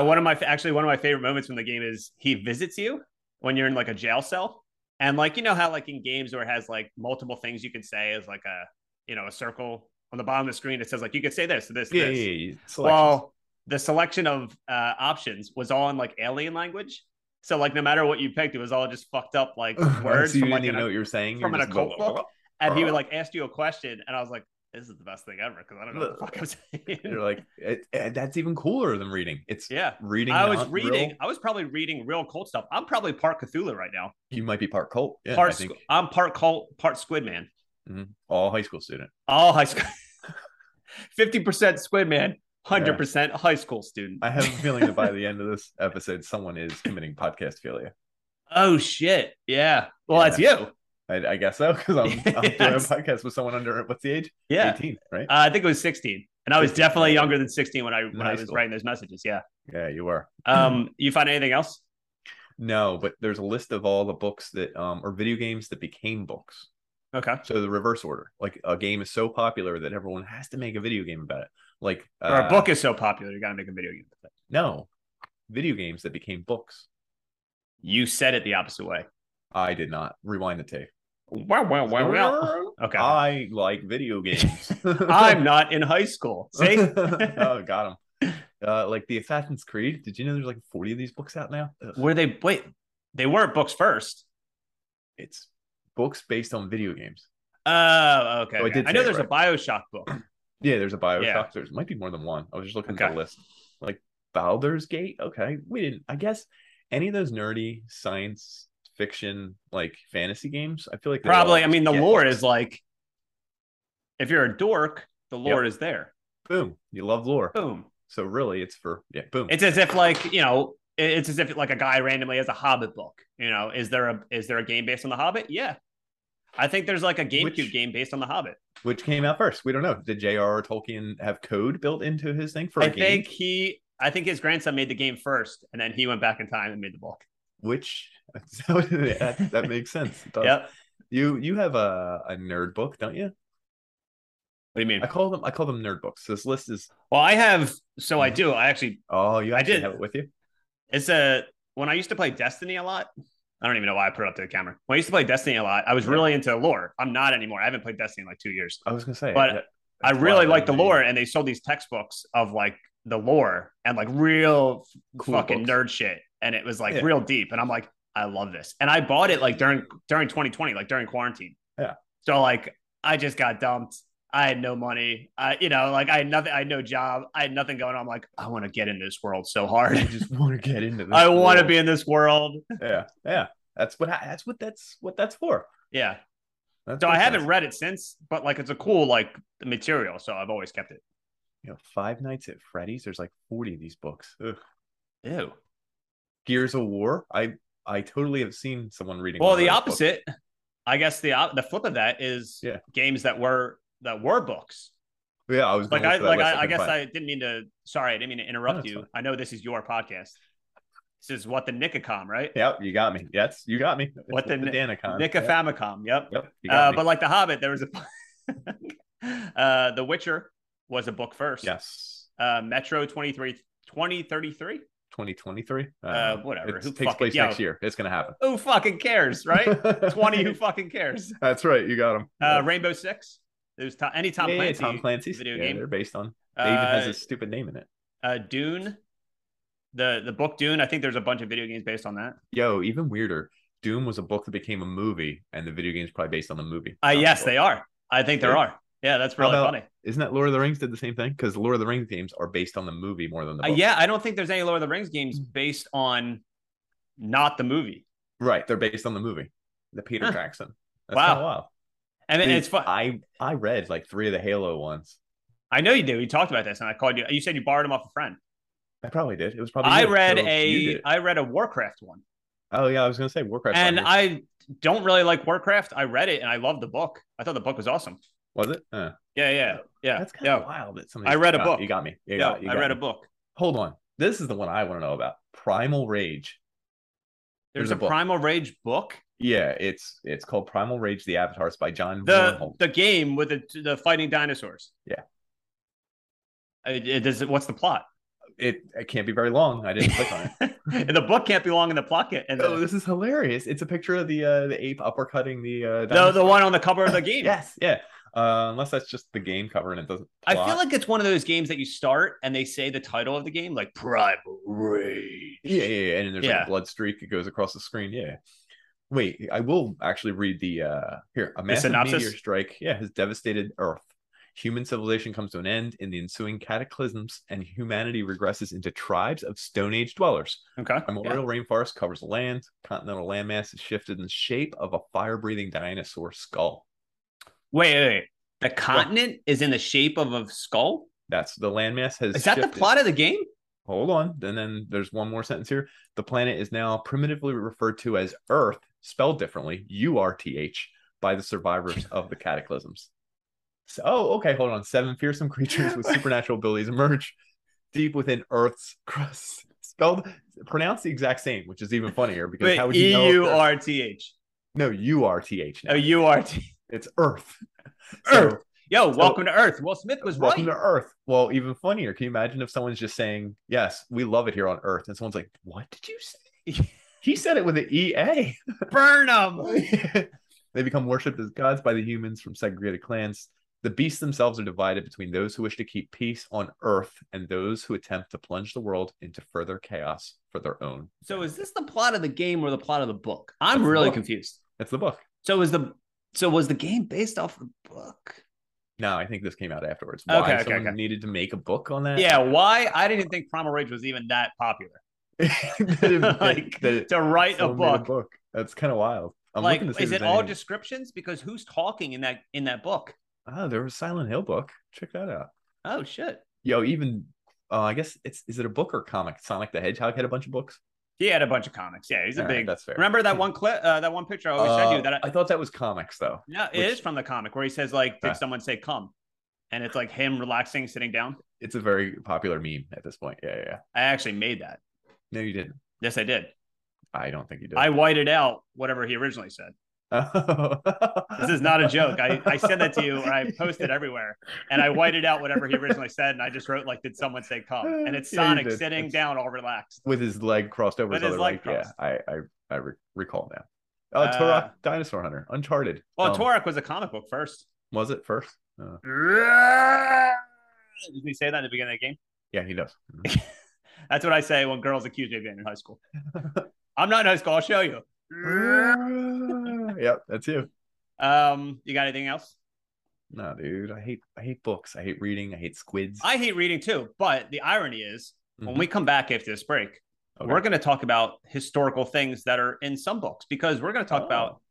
uh one of my actually one of my favorite moments from the game is he visits you when you're in like a jail cell and like you know how like in games where it has like multiple things you can say as like a you know a circle on the bottom of the screen it says like you could say this this
yeah, yeah,
this
yeah, yeah. Selections.
well, the selection of uh, options was all in like alien language. So like no matter what you picked, it was all just fucked up
[laughs]
like words
so you
from
didn't
like
even
an,
know what you were saying.
from
You're
an
just blah,
occult
blah, blah,
book. and he would like ask you a question, and I was like, "This is the best thing ever" because I don't know
[laughs]
what the fuck I'm saying.
blah. You're like, it, it- that's even cooler than reading. It's
yeah,
reading.
I was
not real.
reading. I was probably reading real cult stuff. I'm probably part Cthulhu right now.
You might be part cult. Yeah, I
part
think
squ- I'm part cult, part Squid Man.
all high school student.
All high school, [laughs] fifty percent Squid Man, hundred percent high school student.
I have a feeling that by the end of this episode, someone is committing podcast failure.
[laughs] oh shit, yeah. Well,
Yeah.
that's you.
I, I guess so because I'm, I'm doing a
Yes.
podcast with someone under what's the age?
Yeah.
18, right?
Uh, I think it was 16. And I was
16,
definitely
yeah.
younger than 16 when I when
high
I was
school. [clears throat]
writing those messages. Yeah.
yeah, you are.
Um, you find anything else?
No, but there's a list of all the books that um or video games that became books.
Okay.
So the reverse order. Like a game is so popular that everyone has to make a video game about it. Like
or a
uh,
book is so popular, you got to make a video game. with it.
No. Video games that became books.
You said it the opposite way.
I did not. Rewind the tape.
Wow, wow, wow,
[laughs]
wow. Okay.
I like video games.
[laughs] I'm not in high school. See?
[laughs] oh, got him. Uh, like the Assassin's Creed. Did you know there's like 40 of these books out now? Ugh.
Were they wait? They were books first.
It's books based on video games.
Oh, okay.
Oh, I
okay.
did
I, know
say it
there's a Bioshock
[clears throat]
book.
Yeah, there's a Bioshock.
Yeah.
There's might be more than one. I was just looking at
Okay.
the list. Like Baldur's Gate. Okay, we didn't. I guess any of those nerdy science fiction like fantasy games. I feel like they
Probably.
all
I mean, the
get
lore
books.
is like, if you're a dork, the lore is there.
boom. You love lore,
Boom.
so really it's for yeah, boom.
It's as if like you know, it- it's as if like a guy randomly has a Hobbit book. You know, is there a is there a game based on the Hobbit? Yeah, I think there's like a GameCube
Which-
game based on the Hobbit.
Which came out first? We don't know. Did J.R.R. Tolkien have code built into his thing for a
I
game?
think he, I think his grandson made the game first, and then he went back in time and made the book.
Which [laughs] that, that makes sense. It
[laughs]
does.
Yep.
You you have a, a nerd book, don't you?
What do you mean?
I call them I call them nerd books. This list is
Well, I have. So
Mm-hmm.
I do. I actually.
oh you
I
actually
did.
have it with you.
It's a when I used to play Destiny a lot. I don't even know why I put it up to the camera. When I used to play Destiny a lot, I was
Yeah.
really into lore. I'm not anymore. I haven't played Destiny in like two years.
I was gonna say,
But
that-
I
that's
really
wild.
like the
Yeah.
lore, and they sold these textbooks of like the lore and like real
Cool
fucking
books.
nerd shit, and it was like
Yeah.
real deep. And I'm like, I love this, and I bought it like during during 2020, like during quarantine.
Yeah.
So like, I just got dumped. I had no money. I, you know, like I had nothing. I had no job. I had nothing going on. I'm like, I want to get into this world so hard. [laughs]
I just want to get into. This
I want to
world.
be in this world.
Yeah, yeah. That's what. I, that's what. That's what. That's for.
Yeah.
That's
So
what
I
that's-
haven't read it since, but like it's a cool like material, so I've always kept it.
You know, Five Nights at Freddy's. There's like forty of these books. Ugh.
Ew.
Gears of War. I I totally have seen someone reading.
Well,
one of
the
those books.
opposite, I guess the op- the flip of that is
Yeah.
games that were that were books.
Yeah, I was
Like
gonna
I
look for that
like I,
list.
I
couldn't
guess
find it.
I didn't mean to. Sorry, I didn't mean to interrupt
it's
you.
fine.
I know this is your podcast. This is what the Nikacom, right?
Yep, you got me. Yes, you got me. It's
What the
with
Ni-
Danicon.
Nika
Yep,
Famicom. Yep.
Yep, you got
Uh,
me.
but like The Hobbit, there was a [laughs] uh, The Witcher was a book first.
yes,
Uh, Metro 23 2033.
2023.
Uh, whatever.
It
Who
takes
fucking-
place
yo.
next year. It's gonna happen.
Who fucking cares, right?
[laughs]
20 who fucking cares
That's right. You got him.
uh rainbow six there's to- any tom
yeah,
clancy,
Tom Clancy's
video
yeah,
game.
They're based on. They
Uh,
even has a stupid name in it.
uh, dune the the book dune i think there's a bunch of video games based on that
Yo, even weirder. Doom was a book that became a movie, and the video game's probably based on the movie.
uh yes they are i think there
Oh, Yeah.
are yeah that's
How
really
about
funny
Isn't that Lord of the Rings did the same thing? Because Lord of the Rings games are based on the movie more than the
Uh,
book. Mm.
yeah i don't think there's any lord of the rings games based on not the movie
right. They're based on the movie. The Peter
Huh.
Jackson. That's
Wow.
kinda wild.
and it-
Dude,
it's fun I,
I I read like three of the Halo ones.
know you did we talked about this and i called you you said you borrowed them off a friend
I probably did. It was probably.
i
you.
read
So you did
a
it.
i read a warcraft one
Oh yeah, I was gonna say Warcraft.
and
I
i don't really like warcraft i read it and i loved the book i thought the book was awesome
was it. Uh,
yeah yeah yeah
that's kind
yeah
of wild. That somebody.
I read a
got-
book.
You got me. You
yeah,
got, you
I
got
read
me.
a book.
Hold on. This is the one I want to know about. Primal Rage.
There's,
There's
a,
a book.
Primal Rage book.
Yeah, it's it's called Primal Rage: The Avatars by John
The
Wormhole.
the game with the the fighting dinosaurs.
Yeah.
It, it does. What's the plot?
It, it can't be very long. I didn't click
[laughs]
on it.
and the book can't be long in the plot. ca- And the,
Oh, this is hilarious! It's a picture of the uh, the ape uppercutting the uh,
the, the
dinosaur.
one on the cover of
[laughs]
the game.
Yes, yeah. Uh, unless that's just the game cover and it doesn't.
I
plot.
feel like it's one of those games that you start and they say the title of the game like Primal Rage.
Yeah, yeah, yeah. And then there's like
Yeah.
a blood streak. It goes across the screen. Yeah. Wait, I will actually read the uh here. A massive
synopsis?
meteor strike. Yeah, has devastated Earth. Human civilization comes to an end in the ensuing cataclysms, and humanity regresses into tribes of Stone Age dwellers.
Okay.
Memorial rainforest covers the land. Continental landmass is shifted in the shape of a fire-breathing dinosaur skull.
Wait, wait, wait. The continent is in the shape of a skull.
That's the landmass has.
Is that the
shifted.
plot of the game?
hold on and then there's one more sentence here the planet is now primitively referred to as earth spelled differently u-r-t-h by
[laughs]
the survivors of the cataclysms so oh okay hold on seven fearsome creatures with supernatural abilities emerge deep within earth's crust spelled pronounced the exact same, which is even funnier because how
Wait,
would you know
E
if
U
they're-
R T H.
No, U R T H.
Oh, U R T.
It's Earth.
Earth. Yo,
so-
welcome to Earth. Will Smith was
Welcome
right.
to Earth. Well, even funnier. Can you imagine if someone's just saying, "Yes, we love it here on Earth," and someone's like, "What did you say?" [laughs] he said it with an E A. [laughs]
Burn them.
they become worshipped as gods by the humans from segregated clans. The beasts themselves are divided between those who wish to keep peace on Earth and those who attempt to plunge the world into further chaos for their own.
So is this the plot of the game or the plot of the book? I'm
That's the
really
book.
confused.
That's the book.
So is the so was the game based off the book?
No, I think this came out afterwards.
Okay,
Why
okay,
someone
okay.
needed to make a book on that?
Yeah, why? I didn't even think Primal Rage was even that popular.
[laughs] That-
[laughs] like
that it-
to write a
someone made
book.
That's kind of wild. I'm
like,
looking to see
is
if
it
there's
all
anything-
descriptions? Because who's talking in that in that book?
Oh, there was a Silent Hill book. Check that out.
Oh shit!
Yo, even uh, I guess it's is it a book or comic? Sonic the Hedgehog had a bunch of books.
He had a bunch of comics. Yeah, he's a
All right,
big.
that's fair.
Remember that one clip, uh, that one picture I always sent
Uh,
you. That I,
I thought that was comics though.
no, it
which-
is from the comic where he says like, "Did
Okay.
someone say come?" And it's like him relaxing, sitting down.
It's a very popular meme at this point. Yeah, yeah. yeah.
I actually made that.
No, you didn't.
Yes, I did.
I don't think you did.
I
[laughs]
whited out whatever he originally said. This is not a joke. I, I sent that to you or I posted everywhere and I whited out whatever he originally said. And I just wrote like, did someone say come? And it's
Yeah, you
Sonic
did.
sitting
It's-
down all relaxed.
with his leg crossed over
With
his,
his
other
leg
leg.
crossed.
Yeah, I I, I re- recall now. Oh,
Uh,
Turok Dinosaur Hunter, Uncharted.
Well,
Um,
Torok was a comic book first.
was it first? Uh,
Did he say that in the beginning of the game?
yeah, he does. [laughs] Mhm.
That's what I say when girls accuse me of being in high school. I'm not in high school. I'll show you.
yep, that's you.
Um, you got anything else?
No, dude, I hate I hate books. I hate reading. I hate squids.
I hate reading too, but the irony is when
Mhm.
we come back after this break,
Okay.
we're going to talk about historical things that are in some books because we're going to talk
Oh,
about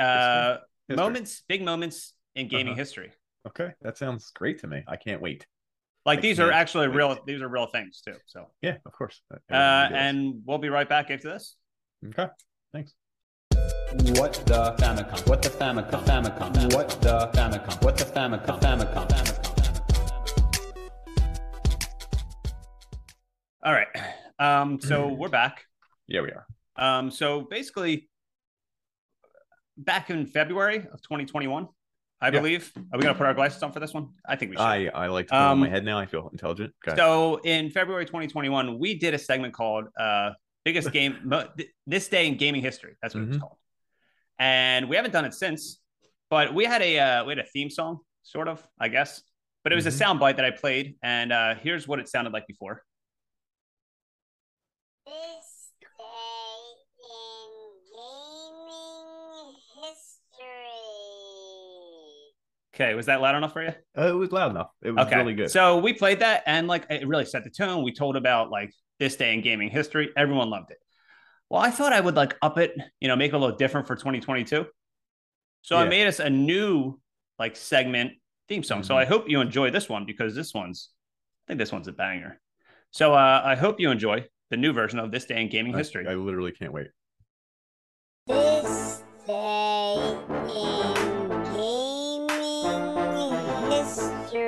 uh,
history.
moments, big moments in gaming
Uh-huh.
history.
Okay, that sounds great to me. I can't wait.
Like
I
these are
can't
actually
wait.
real. These are real things too. So,
Yeah, of course. Uh,
uh,
everyone
and we'll be right back after this.
does. okay, thanks.
What the Famicom? What the Famicom? Famicom? What the Famicom? What the Famicom? Famicom? Famicom?
All right. Um,
[clears throat]
so we're back.
Yeah, we are.
Um, so basically, back in February of 2021, I
Yeah.
believe. Are we going to put our glasses on for this one? I think we should.
I I like to put on my
Um,
head now. I feel intelligent. Okay.
So in February 2021, we did a segment called uh, "Biggest Game [laughs] Mo- Th- This Day in Gaming History." That's what it was
Mhm.
called, and we haven't done it since. But we had a uh, we had a theme song, sort of, I guess. But it was
Mhm.
a soundbite that I played, and uh, here's what it sounded like before.
This day in gaming history.
Okay, was that loud enough for you?
Uh, it was loud enough. It was
Okay,
really good.
So we played that, and like it really set the tone. We told about like this day in gaming history. Everyone loved it. Well, I thought I would like up it, you know, make it a little different for 2022. So I
Yeah.
made us a new like segment theme song. So
Mhm.
I hope you enjoy this one because this one's, I think this one's a banger. So uh, I hope you enjoy the new version of this day in gaming
I-
history.
I, literally can't wait.
This day in gaming history.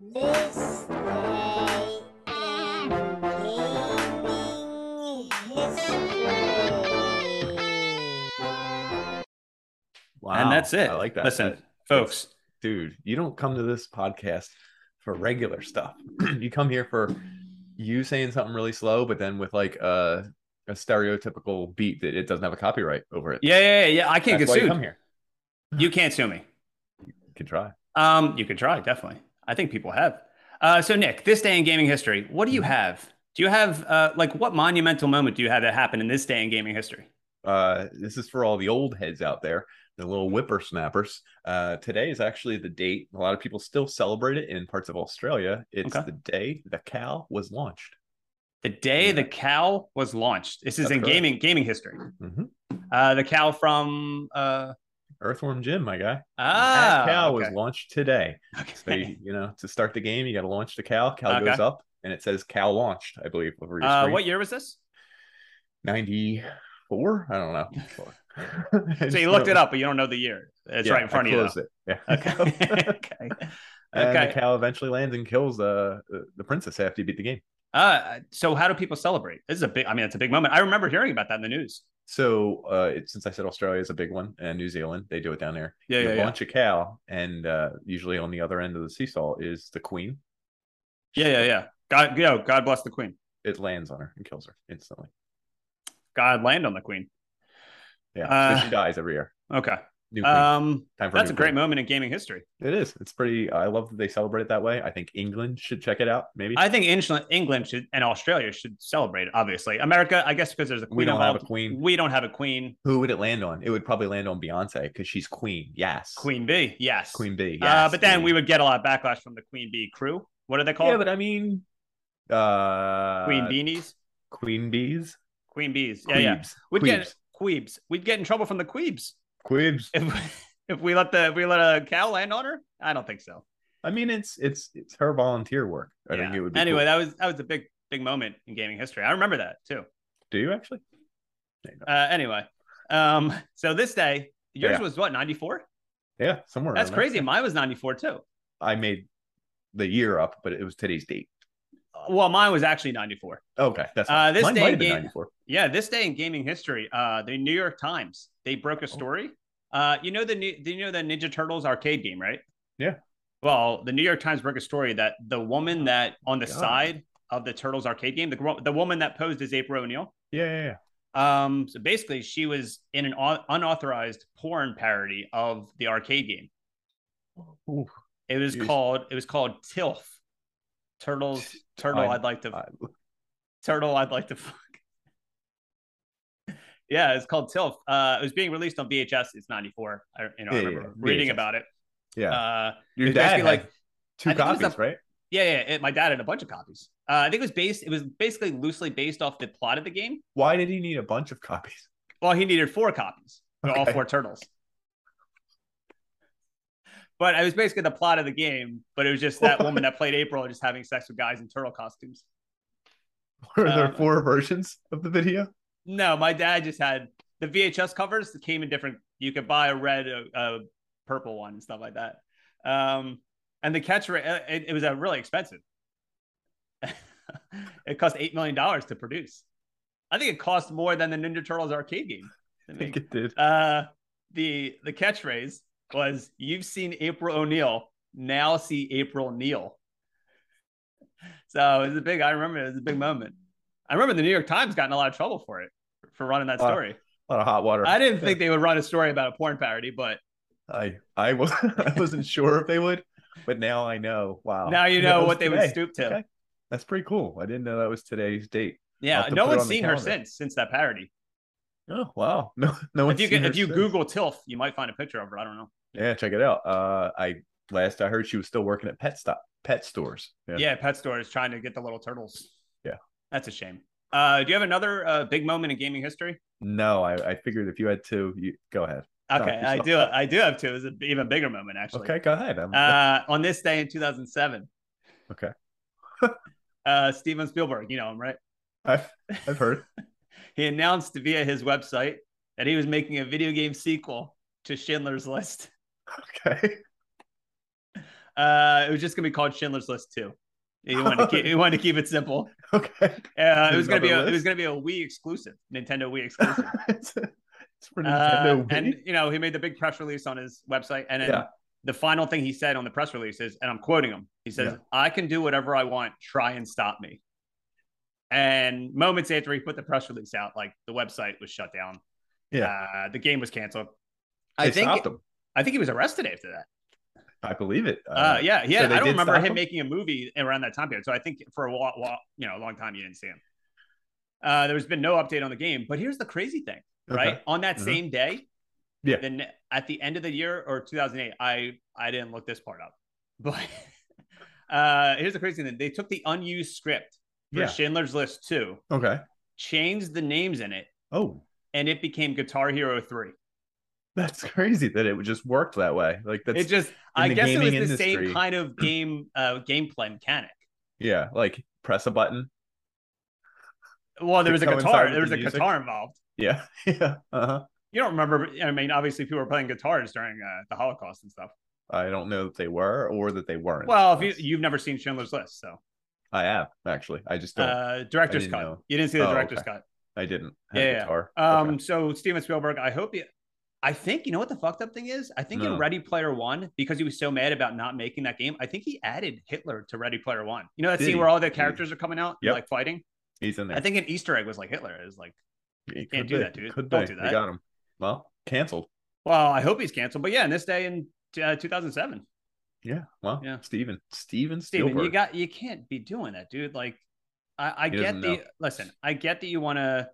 This day in gaming history.
Wow,
And that's it.
I like that.
Listen,
That-
folks.
dude, you don't come to this podcast for regular stuff. [clears throat] you come here for you saying something really slow, but then with like a, a stereotypical beat that it doesn't have a copyright over it.
Yeah, yeah, yeah, yeah. I can't get
That's why you
sued.
come here.
you can't sue me.
You can try.
Um, you could try, definitely. I think people have. Uh, so Nick, this day in gaming history, what do you
Hmm.
have? Do you have uh, like what monumental moment do you have that happened in this day in gaming history?
Uh, this is for all the old heads out there, the little whippersnappers. Uh, today is actually the date. A lot of people still celebrate it in parts of Australia. It's
Okay.
the day the cow was launched.
The day
Yeah.
the cow was launched. This is
That's
in
correct.
gaming gaming history.
Mhm.
Uh, the cow from uh,
Earthworm Jim, my guy.
ah,
that cow was [laughs]
okay.
launched today.
[laughs]
So you,
Okay. Uh,
you know, to start the game, you got to launch the cow. Cow
Okay.
goes up, and it says cow launched. I believe over your
Uh,
screen.
what year was
[laughs]
this?
Ninety four? I
[laughs]
don't know.
So you looked it up, but you don't know the year. It's right in front of you.
you. It. Yeah. [laughs]
though. Okay. [laughs] okay.
And
Okay.
the cow eventually lands and kills uh, the- the princess after you beat the game.
Uh, so how do people celebrate? This is a big. I mean, it's a big moment. I remember hearing about that in the news.
So, uh, it, since I said Australia is a big one and New Zealand, they do it down there.
Yeah,
you
yeah, yeah.
launch a cow, and uh, usually on the other end of the seesaw is the queen.
Yeah, yeah, yeah. God, yo, God bless the queen.
It lands on her and kills her instantly.
God land on the queen.
Yeah, so
Uh,
she dies every year.
Okay.
New queen.
Um,
Time for
that's
new
a great
queen.
moment in gaming history.
It is. It's pretty. I love that they celebrate it that way. I think England should check it out. Maybe
I think England, England should and Australia should celebrate. it, Obviously, America, I guess, because there's a queen
we don't have a
involved,
queen.
We don't have a queen.
Who would it land on? It would probably land on Beyonce because she's queen. Yes,
Queen bee, yes.
Queen B. Yes,
uh, but then we would get a lot of backlash from the queen bee crew. What are they called?
Yeah, but I mean, uh,
queen beanies,
queen bees,
queen bees. Yeah, yeah.
Queebs.
We'd get
Queebs.
queebs. We'd get in trouble from the queebs
Queebs.
if [laughs] if we let the if we let a cow land on her. I don't think so.
I mean, it's it's it's her volunteer work. I think it would. Be
anyway,
cool.
that was that was a big big moment in gaming history. I remember that too.
do you actually?
Uh, anyway, um, so this day, yours
Yeah.
was what ninety four.
Yeah, somewhere.
That's
around there.
crazy. Mine was ninety four too.
I made the year up, but it was today's date.
Well, mine was actually ninety four.
Okay, that's
Uh, this
mine
day
might have been
game-
'94.
Yeah, this day in gaming history, uh, the New York Times they
Oh.
broke a story. Uh, you know the new, do you know the Ninja Turtles arcade game, right?
Yeah. Oh
Well, the New York Times broke a story that the woman that on the
God.
side of the Turtles arcade game, the gro- the woman that posed as April O'Neil,
Yeah, yeah, yeah.
um, so basically she was in an au- unauthorized porn parody of the arcade game.
Ooh,
It was
Jeez.
called it was called TILF. Turtles, turtle,
I-
I'd like to
I-
turtle I'd like to fuck. [laughs] yeah, it's called TILF. Uh, it was being released on VHS. It's 94. I, you know, I
Yeah, yeah,
remember
yeah,
reading
VHS.
about it.
yeah.
Uh,
Your
it's
dad
basically
had
like-
two
I think it was
copies,
the-
right?
yeah, yeah. It, my dad had a bunch of copies. Uh, I think it was based, it was basically loosely based off the plot of the game.
Why did he need a bunch of copies? [laughs]
Well, he needed four copies for all
Okay.
four turtles. But it was basically the plot of the game, but it was just that woman that played April just having sex with guys in turtle costumes.
Were there
Um,
four versions of the video?
No, my dad just had the VHS covers that came in different. You could buy a red, a, a purple one, and stuff like that. Um, and the catch rate, it, it was uh, really expensive. [laughs] it cost eight million dollars to produce. I think it cost more than the Ninja Turtles arcade game. to
I
make.
think it did.
Uh, the the catchphrase was "You've seen April O'Neil, now see April Neal." So it was a big. I remember it was a big moment. I remember the New York Times got in a lot of trouble for it for running that
Wow.
story.
A lot of hot water.
I didn't think they would run a story about a porn parody, but
I I was [laughs] I wasn't sure if they would, but now I know. Wow.
now you
That
know
was
what they would
today.
stoop to.
Okay. That's pretty cool. I didn't know that was today's date. I'll
Yeah,
have to
no
put it
one's
on the
seen her
calendar.
since since that parody.
Oh wow. [laughs] No no
If
one's
you
seen
can,
her
if you
since.
Google TILF, you might find a picture of her. I don't know.
Yeah, check it out. Uh I last I heard she was still working at pet stop pet stores.
Yeah, pet store is trying to get the little turtles.
Yeah.
that's a shame. Uh, do you have another uh, big moment in gaming history?
No, I, I figured if you had two, you go ahead. Knock
Okay, I
yourself
do.
out.
I do have two. It's an even bigger moment, actually.
Okay, go ahead. I'm,
Uh, on this day in 2007.
Okay.
[laughs] uh, Steven Spielberg, you know him, right?
[laughs] I've I've heard.
[laughs]
[laughs]
He announced via his website that he was making a video game sequel to Schindler's List.
Okay.
Uh, it was just gonna be called Schindler's List 2. He wanted to keep, he wanted to keep it simple.
Okay. [laughs]
Uh, it was gonna be a,
Another
it was
list?
gonna be a Wii exclusive, Nintendo Wii exclusive.
it's, it's for
Uh,
Nintendo Wii.
and you know he made the big press release on his website and then
Yeah.
the final thing he said on the press release is and i'm quoting him he says
Yeah.
i can do whatever i want try and stop me and moments after he put the press release out like the website was shut down
Yeah.
uh, the game was canceled i
They
think
stopped him.
i think he was arrested after that
I believe it. Uh,
uh, yeah yeah
so
i
they
don't
did
remember
stop
him,
him?
making a movie around that time period so i think for a while, while you know a long time you didn't see him uh, there's been no update on the game but here's the crazy thing right?
Okay.
On that
Mhm.
same day.
Yeah.
Then at the end of the year or 2008, I I didn't look this part up, [laughs] but uh, here's the crazy thing: they took the unused script for
Yeah.
Schindler's List two,
Okay.
changed the names in it,
Oh,
and it became Guitar Hero three.
that's crazy that it would just worked that way. Like that's
it just, I
the
guess it was the
gaming
same
industry-
kind [clears throat] of game uh, gameplay mechanic.
yeah. Like press a button.
Well, there
To
was a
coincide
guitar.
with
There was
the
a
music?
guitar involved.
Yeah. [laughs] Yeah. Uh huh.
You don't remember? I mean, obviously, people were playing guitars during uh, the Holocaust and stuff.
I don't know that they were or that they weren't.
Well, if you you've never seen Schindler's List, so
I have actually. Oh, I just don't.
uh, director's
didn't
cut.
know.
You didn't see the
Oh,
director's
okay.
cut.
I didn't.
yeah, yeah.
Avatar.
Um,
Okay.
so Steven Spielberg, I hope you. I think you know what the fucked up thing is. I think
No.
in Ready Player One, because he was so mad about not making that game, I think he added Hitler to Ready Player One. You know that
Did
scene
he?
where all the characters are coming out, and
Yep.
like fighting.
he's in there.
I think an Easter egg was like Hitler. It was like,
It
can't
could
do
be.
that, dude.
Could
Don't
be.
do
They
that.
got him. Well, canceled.
well, I hope he's canceled. But yeah, in this day in uh, 2007,
Yeah. Well,
Yeah.
Steven. Steven
Steven,
Spielberg.
you got you can't be doing that, dude. Like, I, I
He
get
doesn't
the
know.
listen. I get that you want to,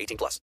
18 plus.